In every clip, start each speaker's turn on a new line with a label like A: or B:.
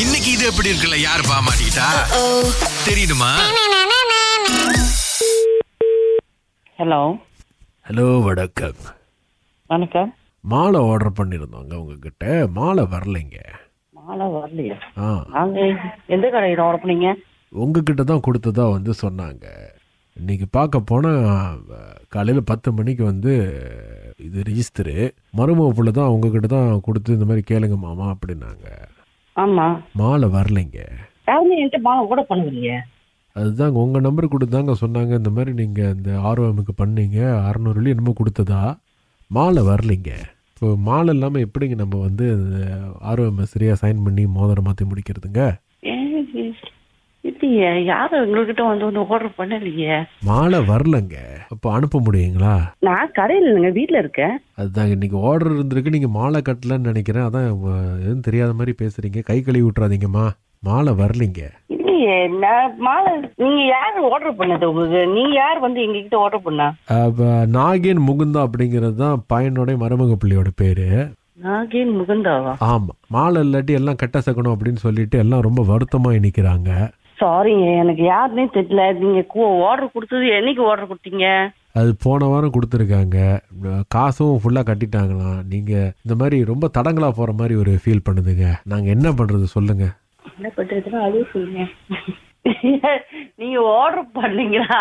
A: இன்னைக்கு இது எப்படி இருக்குல்ல யார் பாமாட்டா தெரியுமா
B: ஹலோ
C: ஹலோ வணக்கம்
B: வணக்கம்
C: மாலை ஆர்டர் பண்ணியிருந்தோங்க உங்ககிட்ட மாலை வரலைங்க
B: மாலை வரலையா
C: ஆ
B: நாங்க எந்த கடையில் ஆர்டர் பண்ணீங்க
C: உங்ககிட்ட தான் கொடுத்ததா வந்து சொன்னாங்க இன்னைக்கு பார்க்க போனால் காலையில் பத்து மணிக்கு வந்து இது ரிஜிஸ்டரு மருமப்புள்ள தான் உங்ககிட்ட தான் கொடுத்து இந்த மாதிரி கேளுங்க மாமா அப்படின்னாங்க
B: ஆமா
C: மாலை வரலைங்க
B: யாருமே என்கிட்ட மாலை ஆர்டர் பண்ணலையே
C: அதுதாங்க உங்கள் நம்பர் கொடுத்தாங்க சொன்னாங்க இந்த மாதிரி நீங்கள் இந்த ஆர்வமுக்கு பண்ணீங்க அறநூறுலி என்னமோ கொடுத்ததா மாலை வரலைங்க இப்போ மாலை இல்லாமல் எப்படிங்க நம்ம வந்து ஆர்வம் சரியாக சைன் பண்ணி மோதிரம் மாற்றி முடிக்கிறதுங்க
B: இல்லையே யாரும் எங்ககிட்ட வந்து வந்து ஆர்டர் பண்ணலையே
C: மாலை வரலங்க அப்போ அனுப்ப முடியுங்களா
B: நான் கடையில் இல்லைங்க வீட்டில் இருக்கேன்
C: அதுதாங்க இன்னைக்கு ஆர்டர் இருந்திருக்கு நீங்கள் மாலை கட்டலன்னு நினைக்கிறேன் அதான் உ- எதுவும் தெரியாத மாதிரி பேசுகிறீங்க கை கழுவி விட்றாதீங்கம்மா மாலை வரலைங்க
B: இல்லையே நான் மாலை நீங்க யார் ஆர்டர் பண்ணது உங்களுக்கு நீங்க யார் வந்து எங்ககிட்ட ஆர்டர் பண்ணா
C: அப்ப நாகேன் முகுந்தா அப்படிங்கிறது தான் பையனுடைய மருமக பிள்ளையோட பேர்
B: நாகேன் முகுந்தாவா
C: ஆமாம் மாலை இல்லாட்டி எல்லாம் கட்ட சக்கணும் அப்படின்னு சொல்லிட்டு எல்லாம் ரொம்ப வருத்தமாக நிற்கிறாங்க
B: சாரிங்க எனக்கு யாருன்னே தெரியல நீங்க ஆர்டர் கொடுத்தது என்னைக்கு ஆர்டர் கொடுத்தீங்க
C: அது போன வாரம் கொடுத்துருக்காங்க காசும் ஃபுல்லாக கட்டிட்டாங்களாம் நீங்கள் இந்த மாதிரி ரொம்ப தடங்களாக போகிற மாதிரி ஒரு ஃபீல் பண்ணுதுங்க நாங்கள் என்ன பண்ணுறது சொல்லுங்கள்
B: என்ன பண்றதுன்னா அதுவும் சொல்லுங்க நீங்க ஆர்டர் பண்ணீங்களா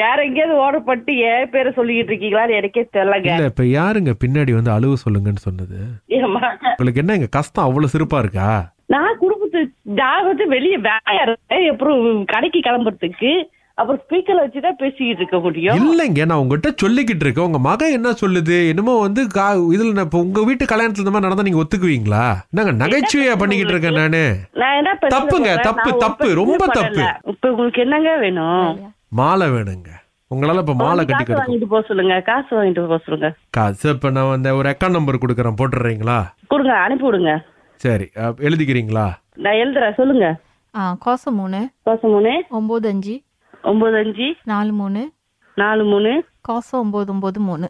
B: வேற எங்கேயாவது ஆர்டர் பண்ணிட்டு என் பேரை சொல்லிக்கிட்டு இருக்கீங்களான்னு எனக்கே தெரியலங்க
C: இல்லை இப்போ யாருங்க பின்னாடி வந்து அழுவு சொல்லுங்கன்னு சொன்னது
B: ஏம்மா,
C: உங்களுக்கு என்ன எங்கள் கஷ்டம் அவ்வளோ சிறப்பாக இருக்கா
B: நான் குடும்பத்து நான் வந்து வெளியே வேலையா இருக்கேன் அப்புறம் கடைக்கு கிளம்புறதுக்கு அப்புறம் ஸ்பீக்கர்ல வச்சுதான் பேசிக்கிட்டு இருக்க முடியும்
C: இல்லைங்க நான் உங்ககிட்ட சொல்லிக்கிட்டு இருக்கேன் உங்க மகன் என்ன சொல்லுது என்னமோ வந்து கா இதுல நான் இப்ப உங்க வீட்டு கல்யாணத்துல இந்த மாதிரி நடந்தா நீங்க ஒத்துக்குவீங்களா நாங்க நகைச்சுவையா பண்ணிக்கிட்டு இருக்கேன் நானு
B: நான் என்ன பிரச்சனை
C: தப்புங்க,
B: பண்றேன்? நான்
C: தப்பு,
B: ஒரு
C: தப்பு,
B: பிரச்சனையும்
C: ரொம்ப
B: பண்ணல.
C: தப்பு.
B: இப்ப உங்களுக்கு என்னங்க வேணும்
C: மாலை வேணுங்க உங்களால இப்ப மாலை
B: வந்து
C: கட்டி
B: காசு
C: கொடுக்கும்
B: வாங்கிட்டு போக சொல்லுங்க காசு வாங்கிட்டு போக சொல்லுங்க
C: காசு இப்ப நான் அந்த ஒரு அக்கௌண்ட் நம்பர் கொடுக்குறேன் போட்டுடுறீங்களா
B: கொடுங்க அனுப்பி விடுங்க
C: சரி அப்ப எழுதிக்கிறீங்களா
B: நான் எழுதுறேன் சொல்லுங்க
D: ஆ கோசம் மூணு
B: காசு மூணு
D: ஒம்பது அஞ்சு
B: ஒன்பது அஞ்சு
D: நாலு மூணு
B: நாலு மூணு
D: கோசம் ஒம்பது ஒம்பது மூணு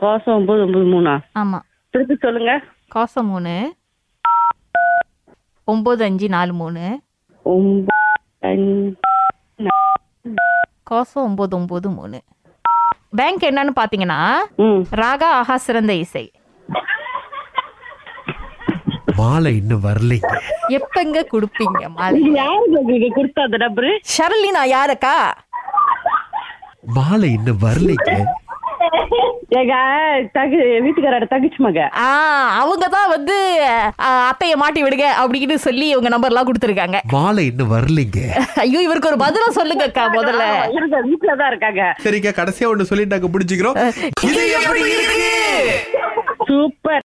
B: கோசம் ஒன்பது ஒன்பது மூணா
D: ஆமாம்
B: திருப்பி சொல்லுங்க
D: கோசம் மூணு ஒம்பது அஞ்சு நாலு மூணு
B: ஒன்பது அஞ்சு
D: கோசம் ஒம்பது ஒம்பது மூணு பேங்க் என்னன்னு பார்த்தீங்கன்னா
B: ம்
D: ராகா ஆஹா சிறந்த இசை
C: மாலை இன்னும் வரலைங்க
D: எப்பங்க கொடுப்பீங்க மாலை
B: இது யாரு உங்களுக்கு கொடுத்தா அந்த நம்பரு
D: ஷர்லினா யாருக்கா
C: மாலை இன்னும் வரலைங்க
B: எங்க தகு வீட்டுக்காரோட தகுச்சு மக
D: ஆ அவங்க தான் வந்து ஆ, அத்தைய மாட்டி விடுங்க அப்படின்னு சொல்லி இவங்க நம்பர்லாம் கொடுத்துருக்காங்க
C: மாலை இன்னும் வரலைங்க
D: ஐயோ இவருக்கு ஒரு பதிலா சொல்லுங்கக்கா முதல்ல
B: இருக்க வீட்டுல தான் இருக்காங்க
C: சரிக்கா கடைசியா ஒண்ணு சொல்லிட்டாங்க பிடிச்சிக்கிறோம் இது எப்படி இருக்கு
B: சூப்பர்